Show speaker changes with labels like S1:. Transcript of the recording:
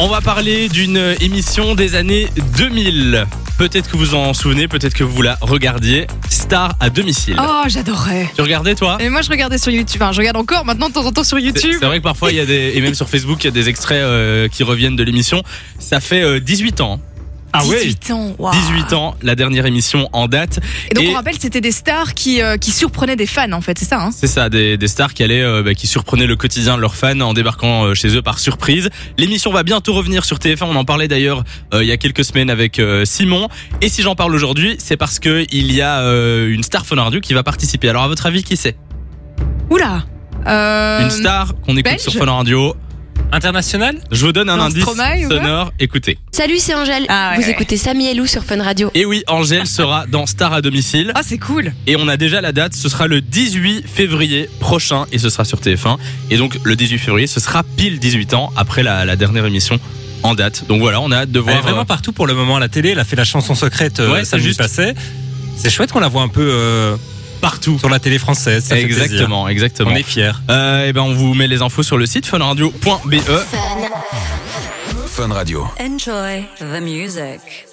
S1: On va parler d'une émission des années 2000. Peut-être que vous en souvenez, peut-être que vous la regardiez. Star à domicile.
S2: Oh, j'adorais.
S1: Tu regardais toi
S2: Et moi, je regardais sur YouTube. Enfin, je regarde encore maintenant de temps en temps sur
S1: C'est
S2: YouTube.
S1: c'est vrai que parfois il y a des et même sur Facebook il y a des extraits euh, qui reviennent de l'émission. Ça fait euh, 18 ans. Ah ouais
S2: 18 ans. waouh.
S1: 18 ans, la dernière émission en date.
S2: Et donc,
S1: Et-
S2: on rappelle, c'était des stars qui, euh, qui surprenaient des fans, en fait, c'est ça. Hein
S1: C'est ça, des, des stars qui allaient, euh, bah, qui surprenaient le quotidien de leurs fans en débarquant euh, chez eux par surprise. L'émission va bientôt revenir sur TF1. On en parlait d'ailleurs euh, il y a quelques semaines avec euh, Simon. Et si j'en parle aujourd'hui, c'est parce que il y a euh, une star fonardue qui va participer. Alors à votre avis, qui c'est
S2: Oula. Euh,
S1: Une star qu'on écoute
S2: belge
S1: sur Fun Radio.
S3: International
S1: Je vous donne un
S2: Un
S1: indice
S2: Stromae ou quoi
S1: sonore. Écoutez.
S4: Salut, c'est Angèle.
S2: Ah ouais.
S4: Vous écoutez Samy et Lou sur Fun Radio.
S1: Et oui, Angèle sera dans Star à domicile.
S2: Ah, c'est cool.
S1: Et on a déjà la date, ce sera le 18 février prochain et ce sera sur TF1. Et donc le 18 février, ce sera pile 18 ans après la, la dernière émission en date. Donc voilà, on a hâte de
S3: Elle
S1: voir.
S3: est vraiment
S1: euh,
S3: partout pour le moment à la télé. Elle a fait la chanson secrète euh,
S1: Ouais, c'est
S3: samedi
S1: juste.
S3: passé. C'est chouette qu'on la voit un peu euh,
S1: partout.
S3: sur la télé française. Ça fait plaisir.
S1: exactement, exactement.
S3: On est fiers.
S1: Euh, et ben on vous met les infos sur le site E. funradio.be.
S5: Enjoy the music.